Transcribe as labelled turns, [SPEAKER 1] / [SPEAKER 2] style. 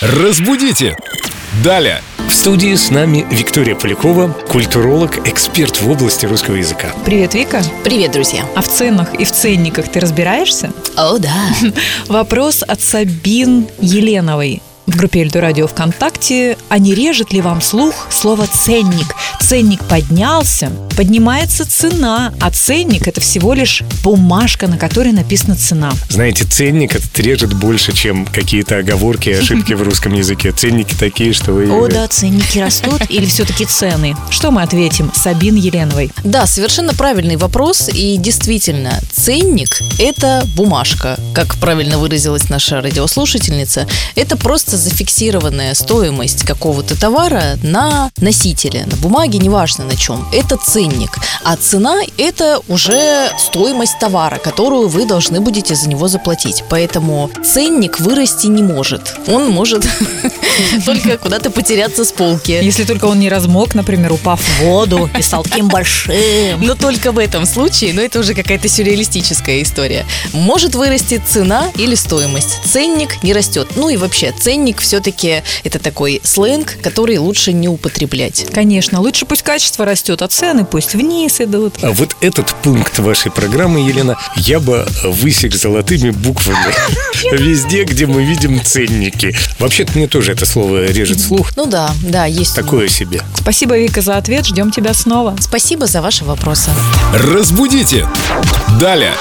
[SPEAKER 1] Разбудите! Далее!
[SPEAKER 2] В студии с нами Виктория Полякова, культуролог, эксперт в области русского языка.
[SPEAKER 3] Привет, Вика.
[SPEAKER 4] Привет, друзья.
[SPEAKER 3] А в ценах и в ценниках ты разбираешься?
[SPEAKER 4] О, да.
[SPEAKER 3] Вопрос от Сабин Еленовой в группе Эльду Радио ВКонтакте. А не режет ли вам слух слово «ценник»? Ценник поднялся, поднимается цена, а ценник – это всего лишь бумажка, на которой написана цена.
[SPEAKER 2] Знаете, ценник этот режет больше, чем какие-то оговорки и ошибки в русском языке. Ценники такие, что вы...
[SPEAKER 4] О, да, ценники растут.
[SPEAKER 3] Или все-таки цены? Что мы ответим Сабин Еленовой?
[SPEAKER 4] Да, совершенно правильный вопрос. И действительно, ценник – это бумажка, как правильно выразилась наша радиослушательница. Это просто зафиксированная стоимость какого-то товара на носителе, на бумаге, неважно на чем. Это ценник. А цена – это уже стоимость товара, которую вы должны будете за него заплатить. Поэтому ценник вырасти не может. Он может только куда-то потеряться с полки.
[SPEAKER 3] Если только он не размок, например, упав в воду и стал таким большим.
[SPEAKER 4] Но только в этом случае, но это уже какая-то сюрреалистическая история. Может вырасти цена или стоимость. Ценник не растет. Ну и вообще, ценник все-таки это такой сленг, который лучше не употреблять.
[SPEAKER 3] Конечно, лучше пусть качество растет, а цены пусть вниз идут.
[SPEAKER 2] А вот этот пункт вашей программы, Елена, я бы высек золотыми буквами. Везде, где мы видим ценники. Вообще-то мне тоже это слово режет слух.
[SPEAKER 4] Ну да, да, есть. у него.
[SPEAKER 2] Такое себе.
[SPEAKER 3] Спасибо, Вика, за ответ. Ждем тебя снова.
[SPEAKER 4] Спасибо за ваши вопросы.
[SPEAKER 1] Разбудите! Далее!